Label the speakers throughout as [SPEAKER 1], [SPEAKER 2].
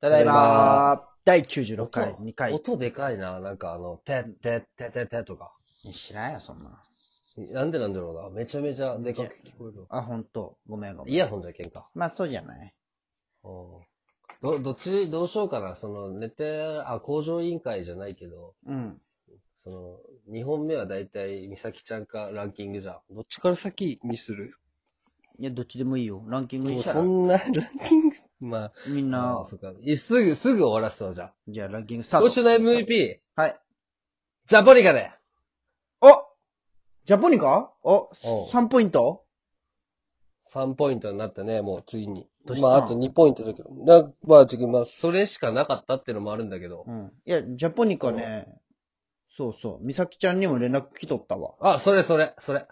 [SPEAKER 1] ただい
[SPEAKER 2] ただ
[SPEAKER 1] ま第96回、
[SPEAKER 2] 音
[SPEAKER 1] 2回。
[SPEAKER 2] 音でかいな。なんかあの、てってってててとか。
[SPEAKER 1] 知らんよ、そんな。
[SPEAKER 2] なんでなんだろうな。めちゃめちゃでかく聞こえるわ。
[SPEAKER 1] あ、ほんと。ごめんごめん。
[SPEAKER 2] イヤホンじゃけんか。
[SPEAKER 1] まあ、そうじゃない。
[SPEAKER 2] うんど、どっち、どうしようかな。その、寝て、あ、工場委員会じゃないけど、
[SPEAKER 1] うん。
[SPEAKER 2] その、2本目はだいたい美咲ちゃんかランキングじゃん。どっちから先にする
[SPEAKER 1] いや、どっちでもいいよ。ランキング
[SPEAKER 2] もう
[SPEAKER 1] した
[SPEAKER 2] そ
[SPEAKER 1] ら、
[SPEAKER 2] んな、ランキング、まあ、
[SPEAKER 1] みん
[SPEAKER 2] あ
[SPEAKER 1] な
[SPEAKER 2] あ、そっか。いすぐ、すぐ終わらすわ、じゃあ。
[SPEAKER 1] じゃあランキングスター
[SPEAKER 2] 今
[SPEAKER 1] ト。
[SPEAKER 2] 週の MVP、
[SPEAKER 1] はい。
[SPEAKER 2] ジャポニカで
[SPEAKER 1] おジャポニカお
[SPEAKER 2] おう
[SPEAKER 1] ?3 ポイント
[SPEAKER 2] !3 ポイントになったね、もう次に
[SPEAKER 1] どう。した
[SPEAKER 2] まあ、あと2ポイントだけど。なまあ、次、まあ、それしかなかったってのもあるんだけど
[SPEAKER 1] う。ん。いや、ジャポニカね、そうそう。美咲ちゃんにも連絡来とったわ。
[SPEAKER 2] あ、それそれ、それ。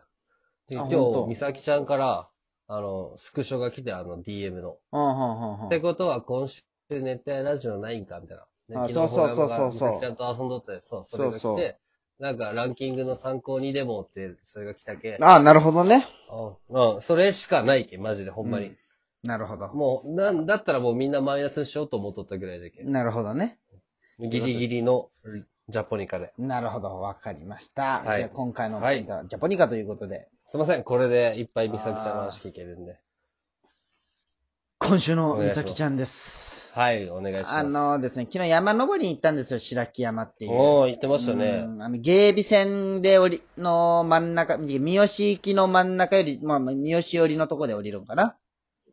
[SPEAKER 2] で
[SPEAKER 1] あ
[SPEAKER 2] 今
[SPEAKER 1] ほんと
[SPEAKER 2] 日、美咲ちゃんから、あの、スクショが来て、あの、DM の。
[SPEAKER 1] うん、うん、うん。
[SPEAKER 2] っ
[SPEAKER 1] う
[SPEAKER 2] て
[SPEAKER 1] ん
[SPEAKER 2] ことは、今週熱帯ラジオないんかみたいな。
[SPEAKER 1] あ
[SPEAKER 2] で昨日
[SPEAKER 1] そうそうそ
[SPEAKER 2] 小
[SPEAKER 1] うそう
[SPEAKER 2] 山が美咲ちゃんと遊んどったやつそう、それが来て、
[SPEAKER 1] そうそう
[SPEAKER 2] なんか、ランキングの参考にでもって、それが来たけ。
[SPEAKER 1] ああ、なるほどね。
[SPEAKER 2] うん、うん、それしかないけ、マジで、ほんまに。
[SPEAKER 1] うんなるほど。
[SPEAKER 2] もう、なんだったらもうみんなマイナスにしようと思っとったぐらいだけど。
[SPEAKER 1] なるほどね。
[SPEAKER 2] ギリギリのジャポニカで。
[SPEAKER 1] なるほど。わかりました。
[SPEAKER 2] はい
[SPEAKER 1] じゃあ今回のポイントは、ジャポニカということで、
[SPEAKER 2] すいません、これでいっぱい美咲ちゃんの話聞けるんで。
[SPEAKER 1] 今週の
[SPEAKER 2] お願い
[SPEAKER 1] 美
[SPEAKER 2] します
[SPEAKER 1] 咲ちゃんです。
[SPEAKER 2] はい、お願いします。
[SPEAKER 1] あのですね、昨日山登りに行ったんですよ、白木山っていう。
[SPEAKER 2] おー、言ってましたね
[SPEAKER 1] う。んあの、芸備線で降り、の真ん中、三好行きの真ん中より、まあ、三好寄りのとこで降りるんかな。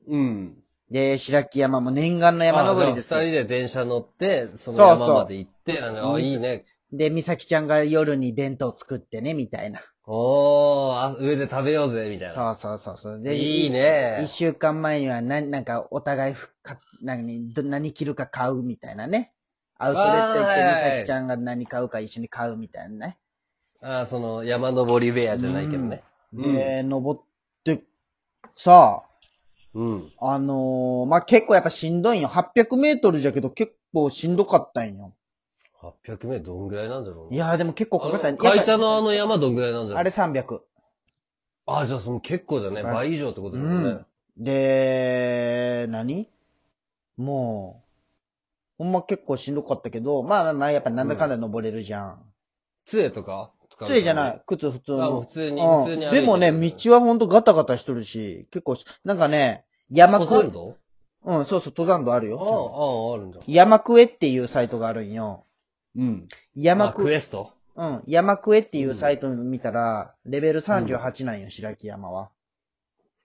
[SPEAKER 2] うん。
[SPEAKER 1] で、白木山も念願の山登りです
[SPEAKER 2] あ
[SPEAKER 1] よ
[SPEAKER 2] 二。人で電車乗って、その
[SPEAKER 1] そうそう
[SPEAKER 2] 山まで行って、あのあいいね。
[SPEAKER 1] で、美咲ちゃんが夜に弁当作ってね、みたいな。
[SPEAKER 2] おー、あ上で食べようぜ、みたいな。
[SPEAKER 1] そうそうそうそう。で、
[SPEAKER 2] いいね
[SPEAKER 1] 一週間前には、な、なんか、お互いふか、何、ど何着るか買うみたいなね。アウトレット行っ
[SPEAKER 2] あ
[SPEAKER 1] て、
[SPEAKER 2] ー
[SPEAKER 1] 美
[SPEAKER 2] はいはい
[SPEAKER 1] 咲ちゃんが何買うか一緒に買うみたいなね。
[SPEAKER 2] あーその、山登り部屋じゃないけどね。
[SPEAKER 1] で、登って、さ
[SPEAKER 2] うん。
[SPEAKER 1] あ、あのーまあ、結構やっぱしんどいんよ。800メートルじゃけど結構しんどかったんよ。
[SPEAKER 2] 800名どんぐらいなんだろう
[SPEAKER 1] いやーでも結構かかった
[SPEAKER 2] あ
[SPEAKER 1] ん
[SPEAKER 2] の海
[SPEAKER 1] や
[SPEAKER 2] 田
[SPEAKER 1] っぱ
[SPEAKER 2] のあの山どんぐらいなんだろう
[SPEAKER 1] あれ300。
[SPEAKER 2] あ、じゃあその結構だね。
[SPEAKER 1] はい
[SPEAKER 2] 倍以上ってことだよね。
[SPEAKER 1] うんで、何もう、ほんま結構しんどかったけど、まあまあまあやっぱなんだかんだ登れるじゃん。
[SPEAKER 2] 杖とか使う
[SPEAKER 1] 杖じゃない。靴普通
[SPEAKER 2] あ、もう
[SPEAKER 1] の
[SPEAKER 2] 普。通に、
[SPEAKER 1] うん
[SPEAKER 2] 普通に歩いて
[SPEAKER 1] で
[SPEAKER 2] る
[SPEAKER 1] もね、道はほんとガタガタしとるし、結構し、なんかね、山
[SPEAKER 2] 登山、
[SPEAKER 1] く
[SPEAKER 2] 道
[SPEAKER 1] うん、そうそう、登山道ある
[SPEAKER 2] あ
[SPEAKER 1] よ。
[SPEAKER 2] あ、ああ、あるんだ。
[SPEAKER 1] 山クエっていうサイトがあるんよ。
[SPEAKER 2] うん。
[SPEAKER 1] 山
[SPEAKER 2] あ、
[SPEAKER 1] ク
[SPEAKER 2] ク
[SPEAKER 1] エ、
[SPEAKER 2] エスト
[SPEAKER 1] うん、山クエっていうサイト見たら、レベル38なんよ、白木山は。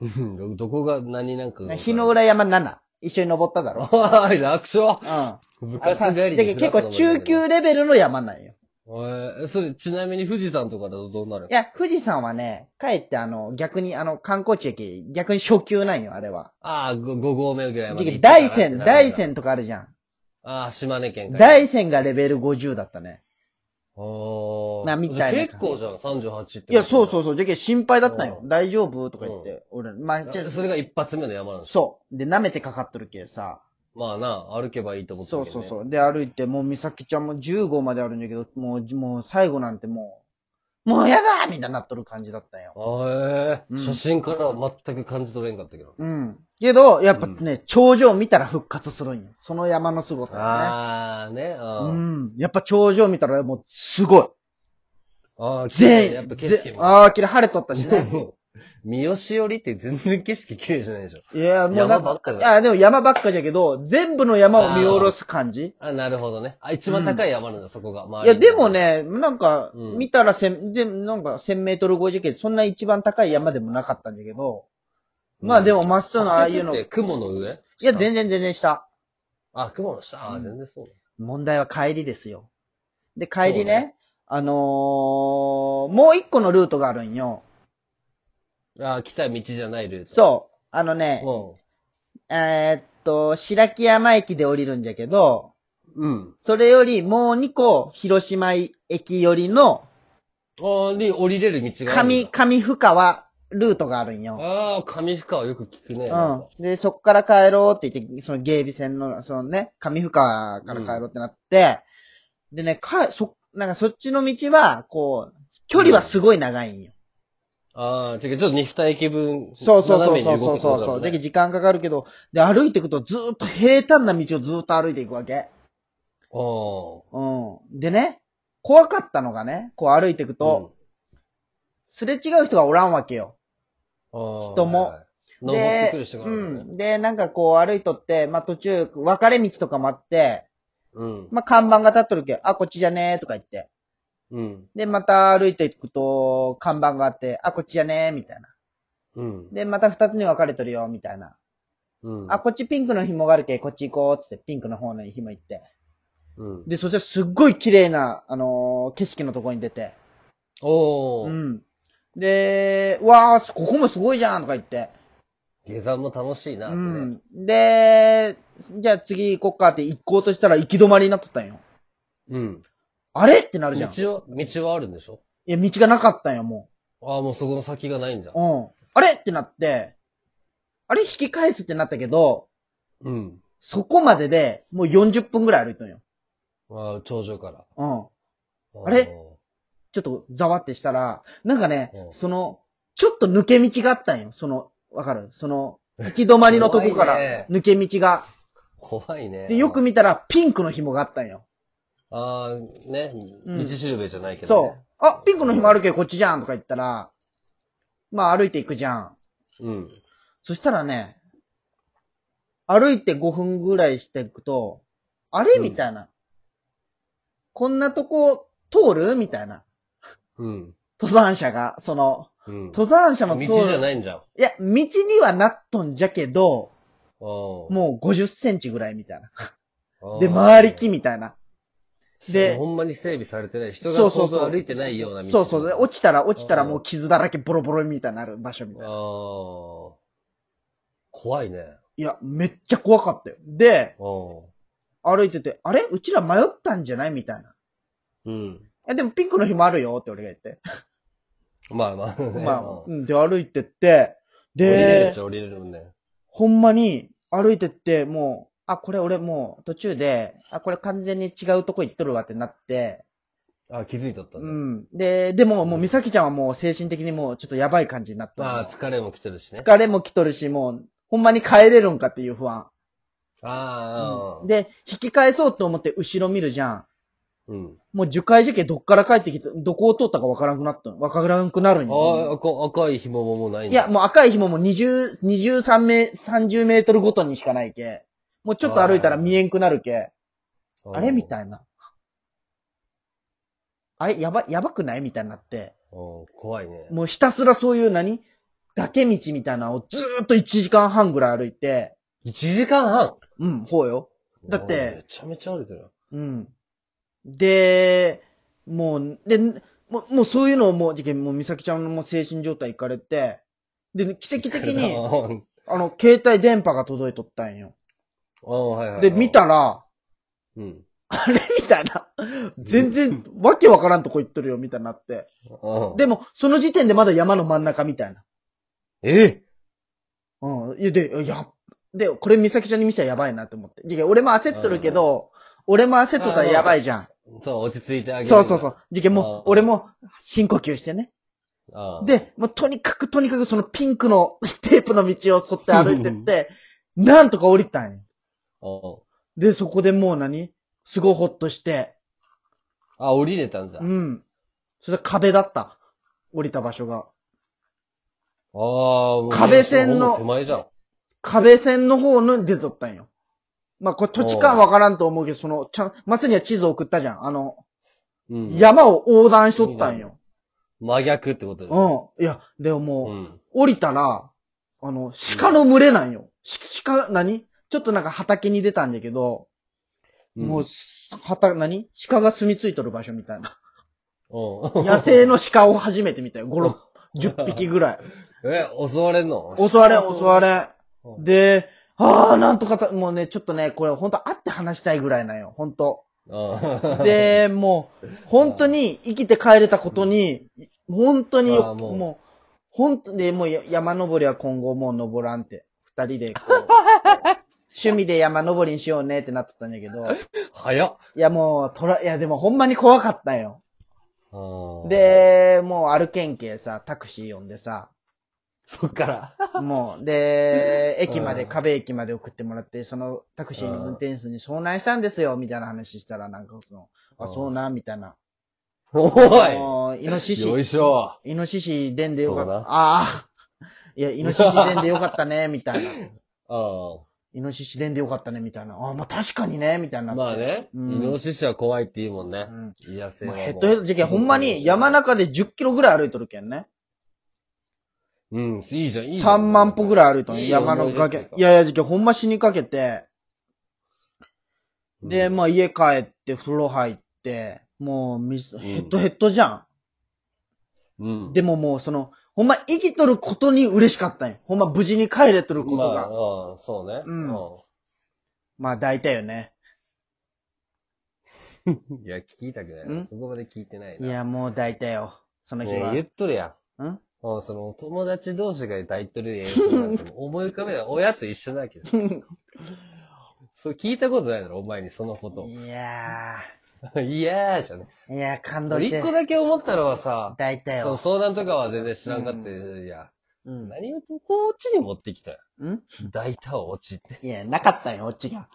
[SPEAKER 2] うんどこが何なんか。
[SPEAKER 1] 日の。浦山7。一緒に登っただろ。
[SPEAKER 2] おい、楽勝
[SPEAKER 1] うん。あ
[SPEAKER 2] 部
[SPEAKER 1] さ
[SPEAKER 2] 活帰りに
[SPEAKER 1] だけど結構中級レベルの山なんよ。
[SPEAKER 2] えー、それ、ちなみに富士山とかだとどうなる
[SPEAKER 1] いや、富士山はね、かえってあの、逆にあの、観光地駅、逆に初級なんよ、あれは。
[SPEAKER 2] ああ、5合目ぐらいまで行ってたら
[SPEAKER 1] 大
[SPEAKER 2] ってなるん
[SPEAKER 1] 山、
[SPEAKER 2] だ。
[SPEAKER 1] 大山とかあるじゃん。
[SPEAKER 2] ああ、島根県から。
[SPEAKER 1] 大山がレベル50だったね。
[SPEAKER 2] おー
[SPEAKER 1] なみたいな
[SPEAKER 2] 結構じゃん、38ってこと。
[SPEAKER 1] いや、そうそううそう。じゃけ心配だったんよ
[SPEAKER 2] う。ん
[SPEAKER 1] 大丈夫とか言って。俺、まあ、じゃあ
[SPEAKER 2] それが一発目の山なんです
[SPEAKER 1] そう。で、舐めてかかっとるけさ。
[SPEAKER 2] まあな、歩けばいいと思ってた
[SPEAKER 1] そう
[SPEAKER 2] けど
[SPEAKER 1] そう
[SPEAKER 2] ね
[SPEAKER 1] そう。で、歩いて、もう、美咲ちゃんも15まであるんだけど、もう、もう、最後なんてもう、もうやだーみたいになっとる感じだったんよ。
[SPEAKER 2] あえ
[SPEAKER 1] うん
[SPEAKER 2] ー、写真からは全く感じ取れんかったけど。
[SPEAKER 1] うん。けど、やっぱね、頂上見たら復活するんよ。その山の凄さがね。
[SPEAKER 2] あーね、
[SPEAKER 1] う
[SPEAKER 2] あ
[SPEAKER 1] ん。やっぱ頂上見たらもう、すごい。
[SPEAKER 2] あー、綺麗
[SPEAKER 1] 全
[SPEAKER 2] ねやっ
[SPEAKER 1] 員
[SPEAKER 2] ぱ景色、も。
[SPEAKER 1] ああ、きれい、晴れとったしね。
[SPEAKER 2] 三好寄りって全然景色綺麗じゃないでしょ。
[SPEAKER 1] いや、もうなん
[SPEAKER 2] 山ばっか
[SPEAKER 1] い
[SPEAKER 2] だ
[SPEAKER 1] や、でも山ばっかじゃけど、全部の山を見下ろす感じ
[SPEAKER 2] あ、なるほどね。あ、一番高い山なんだ、そこが。周り
[SPEAKER 1] いや、
[SPEAKER 2] に
[SPEAKER 1] でも。ね、なんか、
[SPEAKER 2] うん
[SPEAKER 1] 見たら千、で、なんか、千メートル50系、そんな一番高い山でもなかったんだけど、まあでも、真っ青のああいうの、
[SPEAKER 2] で
[SPEAKER 1] い
[SPEAKER 2] 雲の上
[SPEAKER 1] や、全然全然下。
[SPEAKER 2] あ、雲の下。
[SPEAKER 1] う
[SPEAKER 2] あ、
[SPEAKER 1] ん
[SPEAKER 2] 全然そうね。
[SPEAKER 1] 問題は帰りですよ。で、帰り
[SPEAKER 2] そ
[SPEAKER 1] ね、
[SPEAKER 2] うね
[SPEAKER 1] あのー、もう一個のルートがあるんよ。
[SPEAKER 2] あ、来た道じゃないルート。
[SPEAKER 1] そう。あのね、
[SPEAKER 2] そ
[SPEAKER 1] えーっと、白木山駅で降りるんじゃけど、
[SPEAKER 2] うん。うん。
[SPEAKER 1] それよりもう2個、広島駅寄りの
[SPEAKER 2] ああ、で、降りれる道があるん
[SPEAKER 1] 上、
[SPEAKER 2] だ。
[SPEAKER 1] 上深川ルートがあるんよ。
[SPEAKER 2] ああ、上深はよく聞くね。なんか
[SPEAKER 1] うん。で、そっから帰ろうって言って、その芸備線の、そのね、上深川から帰ろうってなって、でね、か、そ、なんかそっちの道は、こう、距離はすごい長いんよ。
[SPEAKER 2] ああ、違う、ちょっと西二駅分、
[SPEAKER 1] そうそうそう
[SPEAKER 2] 斜め
[SPEAKER 1] そ
[SPEAKER 2] に
[SPEAKER 1] うそ
[SPEAKER 2] 動くの
[SPEAKER 1] うそ
[SPEAKER 2] ね
[SPEAKER 1] うそう、で、時間かかるけど、で、歩いていくとずーっと平坦な道をずーっと歩いていくわけ。
[SPEAKER 2] お
[SPEAKER 1] うん。でね、怖かったのがね、こう歩いてい
[SPEAKER 2] ー
[SPEAKER 1] く
[SPEAKER 2] うん
[SPEAKER 1] と、すれ違う人がおらんわけよ。
[SPEAKER 2] あー
[SPEAKER 1] 人も
[SPEAKER 2] はいはい登ってくる人がある
[SPEAKER 1] う
[SPEAKER 2] ね。
[SPEAKER 1] ん。で、なんかこう歩いとって、まあ途中、分かれ道とかもあって、
[SPEAKER 2] うん。
[SPEAKER 1] まあ看板が立っとるけど、あ、こっちじゃねーとか言って。
[SPEAKER 2] うん。
[SPEAKER 1] で、また歩いていくと、看板があって、あ、こっちじゃねーみたいな。
[SPEAKER 2] うん。
[SPEAKER 1] で、また二つに分かれとるよ、みたいな。
[SPEAKER 2] うん。
[SPEAKER 1] あ、こっちピンクの紐があるけ、こっち行こう、つって、ピンクの方の紐行って。
[SPEAKER 2] うん。
[SPEAKER 1] で、そしたらすっごい綺麗な、あのー景色のとこに出て。
[SPEAKER 2] お
[SPEAKER 1] う
[SPEAKER 2] ー。
[SPEAKER 1] ん。で、うわー、ここもすごいじゃんとか言って。
[SPEAKER 2] 下山も楽しいな、
[SPEAKER 1] う
[SPEAKER 2] ね。
[SPEAKER 1] ん。で、じゃあ次行こっかって行こうとしたら行き止まりになっとったんよ。
[SPEAKER 2] うん。
[SPEAKER 1] あれってなるじゃん。い
[SPEAKER 2] 道は、道はあるんでしょ
[SPEAKER 1] や、道がなかったんよ、も
[SPEAKER 2] ああ、もうそこの先がないんだ
[SPEAKER 1] う。。うん。あれってなって、あれ引き返すってなったけど、
[SPEAKER 2] うん。
[SPEAKER 1] そこまででもう40分ぐらい歩いたんよ。
[SPEAKER 2] ああ、頂上から。
[SPEAKER 1] うん。
[SPEAKER 2] あ
[SPEAKER 1] あれちょっとざわってしたら、なんかね、
[SPEAKER 2] うん
[SPEAKER 1] その、ちょっと抜け道があったんよ。その、わかるその、行き止まりのとこか
[SPEAKER 2] 怖いね
[SPEAKER 1] ら抜け道が。
[SPEAKER 2] 怖いね。
[SPEAKER 1] で、よく見たらピンクの紐があったんよ。
[SPEAKER 2] ああ、ね。
[SPEAKER 1] うん
[SPEAKER 2] 道しるべじゃないけど、
[SPEAKER 1] そ
[SPEAKER 2] ね。
[SPEAKER 1] う。あ、ピンクの紐あるけどこっちじゃんとか言ったら、まあ歩いていくじゃん。
[SPEAKER 2] そう。うん。
[SPEAKER 1] そしたらね、歩いて5分ぐらいしていくと、あれ
[SPEAKER 2] うん
[SPEAKER 1] みたいな。こんなとこ通るみたいな。
[SPEAKER 2] うん。
[SPEAKER 1] 登山者が、その、
[SPEAKER 2] うん。
[SPEAKER 1] 登山者の通る。
[SPEAKER 2] 道じゃないんじゃん。
[SPEAKER 1] いや、道にはなっとんじゃけど、
[SPEAKER 2] も
[SPEAKER 1] もう50センチぐらいみたいな。
[SPEAKER 2] う
[SPEAKER 1] で、回り木みたいな。で
[SPEAKER 2] ほ、んまに整備されてない。人が
[SPEAKER 1] そうそ
[SPEAKER 2] 想
[SPEAKER 1] うそう
[SPEAKER 2] 像歩いてないような道。
[SPEAKER 1] そうそう。で落ちたら落ちたら
[SPEAKER 2] うん
[SPEAKER 1] もう傷だらけボロボロみたいになる場所みたい
[SPEAKER 2] あ
[SPEAKER 1] な。
[SPEAKER 2] あ。怖いね。
[SPEAKER 1] いや、めっちゃ怖かったよ。で、
[SPEAKER 2] う
[SPEAKER 1] 歩いてて、あれうちら迷ったんじゃないみたいな。
[SPEAKER 2] ん。
[SPEAKER 1] え、でもピンクの日もあるよって俺が言って。
[SPEAKER 2] まあまあ、ね。
[SPEAKER 1] まあ
[SPEAKER 2] うん、
[SPEAKER 1] うん。で、歩いてって、
[SPEAKER 2] 降りれるっ
[SPEAKER 1] で
[SPEAKER 2] ち、ゃ降りれるもんね。
[SPEAKER 1] ほんまに歩いてって、もう、あ、これ俺もう途中で、あ、これ完全に違うとこ行っとるわってなって、
[SPEAKER 2] あ、気づいとった
[SPEAKER 1] う
[SPEAKER 2] ね。
[SPEAKER 1] ん。で、でも、もう、美咲ちゃんはもう精神的にもうちょっとやばい感じになったの。
[SPEAKER 2] まあ、疲れも来てるしね。
[SPEAKER 1] 疲れも来とるし、もう、ほんまに帰れるんかっていう不安。
[SPEAKER 2] ああ、うん、、
[SPEAKER 1] で、引き返そうと思って後ろ見るじゃん。
[SPEAKER 2] うん。
[SPEAKER 1] もう樹海樹形どっから帰ってきて、どこを通ったかわからんくなったの。わからんくなるん
[SPEAKER 2] あ
[SPEAKER 1] よ
[SPEAKER 2] あ、赤赤い紐ももうないん
[SPEAKER 1] い
[SPEAKER 2] だ
[SPEAKER 1] や、、もう赤い紐も20、23メ、30メートルごとにしかないけ。もうちょっと歩いたら見えんくなるけ。あれみ
[SPEAKER 2] い。
[SPEAKER 1] たいな。あれやば、やばくないみたいになって。
[SPEAKER 2] うん怖いね。
[SPEAKER 1] もうひたすらそういう何崖道みたいなのをずーっと1時間半ぐらい歩いて、
[SPEAKER 2] 1時間半
[SPEAKER 1] うん、ほうよ。だって
[SPEAKER 2] うんめちゃめちゃ歩いてるよ。
[SPEAKER 1] うん。で、もう、で、もう、もうそういうのをもう、事件、もう美咲ちゃんのもう精神状態いかれて、で、奇跡的 に、
[SPEAKER 2] うん
[SPEAKER 1] あの、携帯電波が届いとったんよ。
[SPEAKER 2] うん、はいはいはい。
[SPEAKER 1] で、見。たら、
[SPEAKER 2] うん。
[SPEAKER 1] あれみたいな。全然、わけわからんとこ行っとるよ、みたいになって。
[SPEAKER 2] うん、
[SPEAKER 1] でも、その時点でまだ山の真ん中みたいな。
[SPEAKER 2] え
[SPEAKER 1] うん。いや、で、いや、で、これ美咲ちゃんに見せたらやばいなと思って。いや、俺も焦っとるけど、俺も焦っとったらやばいじゃん。
[SPEAKER 2] そう、落ち着いてあげる。
[SPEAKER 1] そうそうそう。事件もう、
[SPEAKER 2] うん
[SPEAKER 1] 俺も深呼吸してね。
[SPEAKER 2] ああ。
[SPEAKER 1] で、もうとにかくとにかくそのピンクの テープの道を沿って歩いて って、なんとか降りたんよ。
[SPEAKER 2] うん
[SPEAKER 1] で、そこでもう何すごいほっとして。
[SPEAKER 2] あ、降りれたんだ。
[SPEAKER 1] う
[SPEAKER 2] あ
[SPEAKER 1] ん。それは壁だった。降りた場所が。
[SPEAKER 2] あ、もう
[SPEAKER 1] 壁線の
[SPEAKER 2] もう手前じゃん。
[SPEAKER 1] 壁線の方の出とったんよ。まあ、これ土地感わからんと思うけど、その、ちゃん、松には地図を送ったじゃん。あの、
[SPEAKER 2] うん。
[SPEAKER 1] 山を横断しとったんよ。
[SPEAKER 2] 真逆ってことでしょ。
[SPEAKER 1] うん。いや、でももう、
[SPEAKER 2] うん。
[SPEAKER 1] 降りたら、あの、鹿の群れなんよ。し鹿、何ちょっとなんか畑に出たんだけど、
[SPEAKER 2] うん。
[SPEAKER 1] もう、畑、何鹿が住み着いとる場所みたい な。
[SPEAKER 2] うん、
[SPEAKER 1] 野生の鹿を初めて見たよ。5、6、10 匹ぐらい。
[SPEAKER 2] え、襲われんの
[SPEAKER 1] 襲われん、襲われん。
[SPEAKER 2] れ
[SPEAKER 1] で、ああ、なんとかた、もうね、ちょっとね、これ本当会って話したいぐらいなんよ。本当
[SPEAKER 2] うん。
[SPEAKER 1] で、もう、本当に生きて帰れたことに、本当に
[SPEAKER 2] あ
[SPEAKER 1] よ、
[SPEAKER 2] ーもう
[SPEAKER 1] もう、本当に、もうや山登りは今後もう登らんって、二人でこ う、趣味で山登りにしようねってなってたんだけど、い
[SPEAKER 2] 早っ。
[SPEAKER 1] やもう、とら、いやでもほんまに怖かったよ。
[SPEAKER 2] うん、
[SPEAKER 1] で、もう歩けんけさ、タクシー呼んでさ、
[SPEAKER 2] そっから。
[SPEAKER 1] もう、で、駅まで、
[SPEAKER 2] うん
[SPEAKER 1] 壁駅まで送ってもらって、そのタクシーの運転手に遭難したんですよ、みたいな話したら、なんかその、あ、そうな、みたいな。
[SPEAKER 2] お
[SPEAKER 1] もうイノシ
[SPEAKER 2] い
[SPEAKER 1] シ
[SPEAKER 2] よいしょ
[SPEAKER 1] イノシシ出んでよかっ
[SPEAKER 2] そう
[SPEAKER 1] た。
[SPEAKER 2] だ
[SPEAKER 1] ああ。いや、イノシシ出んでよかったね、 みたいな。
[SPEAKER 2] う
[SPEAKER 1] イノシシ出んでよかったね、みたいな。ああ、まあ確かにね、みたいになっ
[SPEAKER 2] ん。
[SPEAKER 1] て。
[SPEAKER 2] まあね、
[SPEAKER 1] うん
[SPEAKER 2] イノシシは怖いって言うもん
[SPEAKER 1] う
[SPEAKER 2] ね。
[SPEAKER 1] ん。
[SPEAKER 2] 野生
[SPEAKER 1] ま
[SPEAKER 2] は
[SPEAKER 1] あ、
[SPEAKER 2] もう
[SPEAKER 1] ヘッドヘッド事件、ほんまに山。中で10キロぐらい歩いとるけんね。
[SPEAKER 2] うん、いいじゃん、いいじゃ
[SPEAKER 1] 3
[SPEAKER 2] ん。
[SPEAKER 1] 万歩ぐ
[SPEAKER 2] い。
[SPEAKER 1] らい歩いとる
[SPEAKER 2] いい
[SPEAKER 1] 山の
[SPEAKER 2] 思い出ってい
[SPEAKER 1] 崖
[SPEAKER 2] うか。
[SPEAKER 1] いやいや、事件、ほんま死にかけて。で、まあ家帰って、風呂入って、もうみ、ヘッドヘッドじゃ
[SPEAKER 2] うん。
[SPEAKER 1] ん。でももう、その、ほんま生きとることに嬉しかったんよ。ほんま無事に帰れとること
[SPEAKER 2] ま
[SPEAKER 1] が。
[SPEAKER 2] あ、うん、そうね。
[SPEAKER 1] うんまあ大体よね。
[SPEAKER 2] うん。いや、聞きたくない
[SPEAKER 1] ん
[SPEAKER 2] な。そこまで聞いてない
[SPEAKER 1] い
[SPEAKER 2] な。
[SPEAKER 1] や、もう大体よ。その日
[SPEAKER 2] も
[SPEAKER 1] は
[SPEAKER 2] う。言っとるやん。
[SPEAKER 1] うん
[SPEAKER 2] もうその、友達同士が抱いてる映像なんて もう思い浮かべない。親と一緒なわ けじゃんそう、聞いたことないだろ、お前にそのこと。
[SPEAKER 1] いや
[SPEAKER 2] いやーじゃね。
[SPEAKER 1] ー。いやー、感動し
[SPEAKER 2] 一
[SPEAKER 1] て
[SPEAKER 2] 個。だけ思ったのはさ、
[SPEAKER 1] 大体
[SPEAKER 2] そう
[SPEAKER 1] よ。
[SPEAKER 2] 相談とかは全然知らんかったや。いや、
[SPEAKER 1] うん。
[SPEAKER 2] 何をとこっちに持ってきたよ。
[SPEAKER 1] ん
[SPEAKER 2] 大胆落ち って。
[SPEAKER 1] いや、なかったんよ、オチが。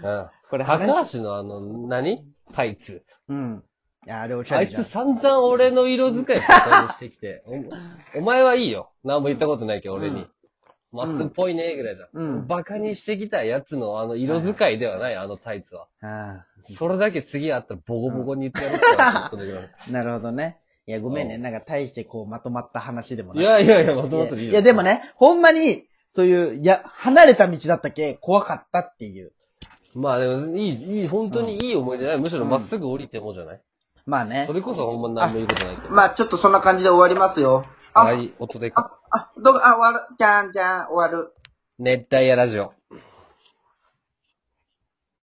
[SPEAKER 2] うん。
[SPEAKER 1] これ話
[SPEAKER 2] 高橋のあの、何タイツ。
[SPEAKER 1] うん。いや、あれおしゃ
[SPEAKER 2] あ
[SPEAKER 1] れ
[SPEAKER 2] い
[SPEAKER 1] じゃ
[SPEAKER 2] つ
[SPEAKER 1] ん。
[SPEAKER 2] 散々俺の色使いをしてき て、おお前はいいよ。何も言ったことないけど、俺に。まっすぐっぽいね、ぐらいじゃん。
[SPEAKER 1] うん。
[SPEAKER 2] バカにしてきたやつのあの色使いではない、あのタイツは。
[SPEAKER 1] あ
[SPEAKER 2] それだけ次会ったらボコボコに言ってやるって話だったんだけど
[SPEAKER 1] あ。なるほどね。いや、ごめんね。
[SPEAKER 2] う
[SPEAKER 1] なんか、大してこう、まとまった話で も
[SPEAKER 2] い
[SPEAKER 1] ない。
[SPEAKER 2] やいやいや、まとまっていい
[SPEAKER 1] い
[SPEAKER 2] よ
[SPEAKER 1] や、でも。ね、ほんまに、そういう、いや、離れた道だったけ、怖かったっていう。
[SPEAKER 2] まあでも、いい、いい、本当にいい思い出ない。むしろまっすぐ降りてもじゃない
[SPEAKER 1] まあね
[SPEAKER 2] そ。れこそほんま何も言うことないけど。
[SPEAKER 1] まあ、ちょっとそんな感じで終わりますよ。あ
[SPEAKER 2] はい、音でか。
[SPEAKER 1] あ、どうあ、終わる。じゃんじゃん、終わる。
[SPEAKER 2] 熱帯夜ラジオ。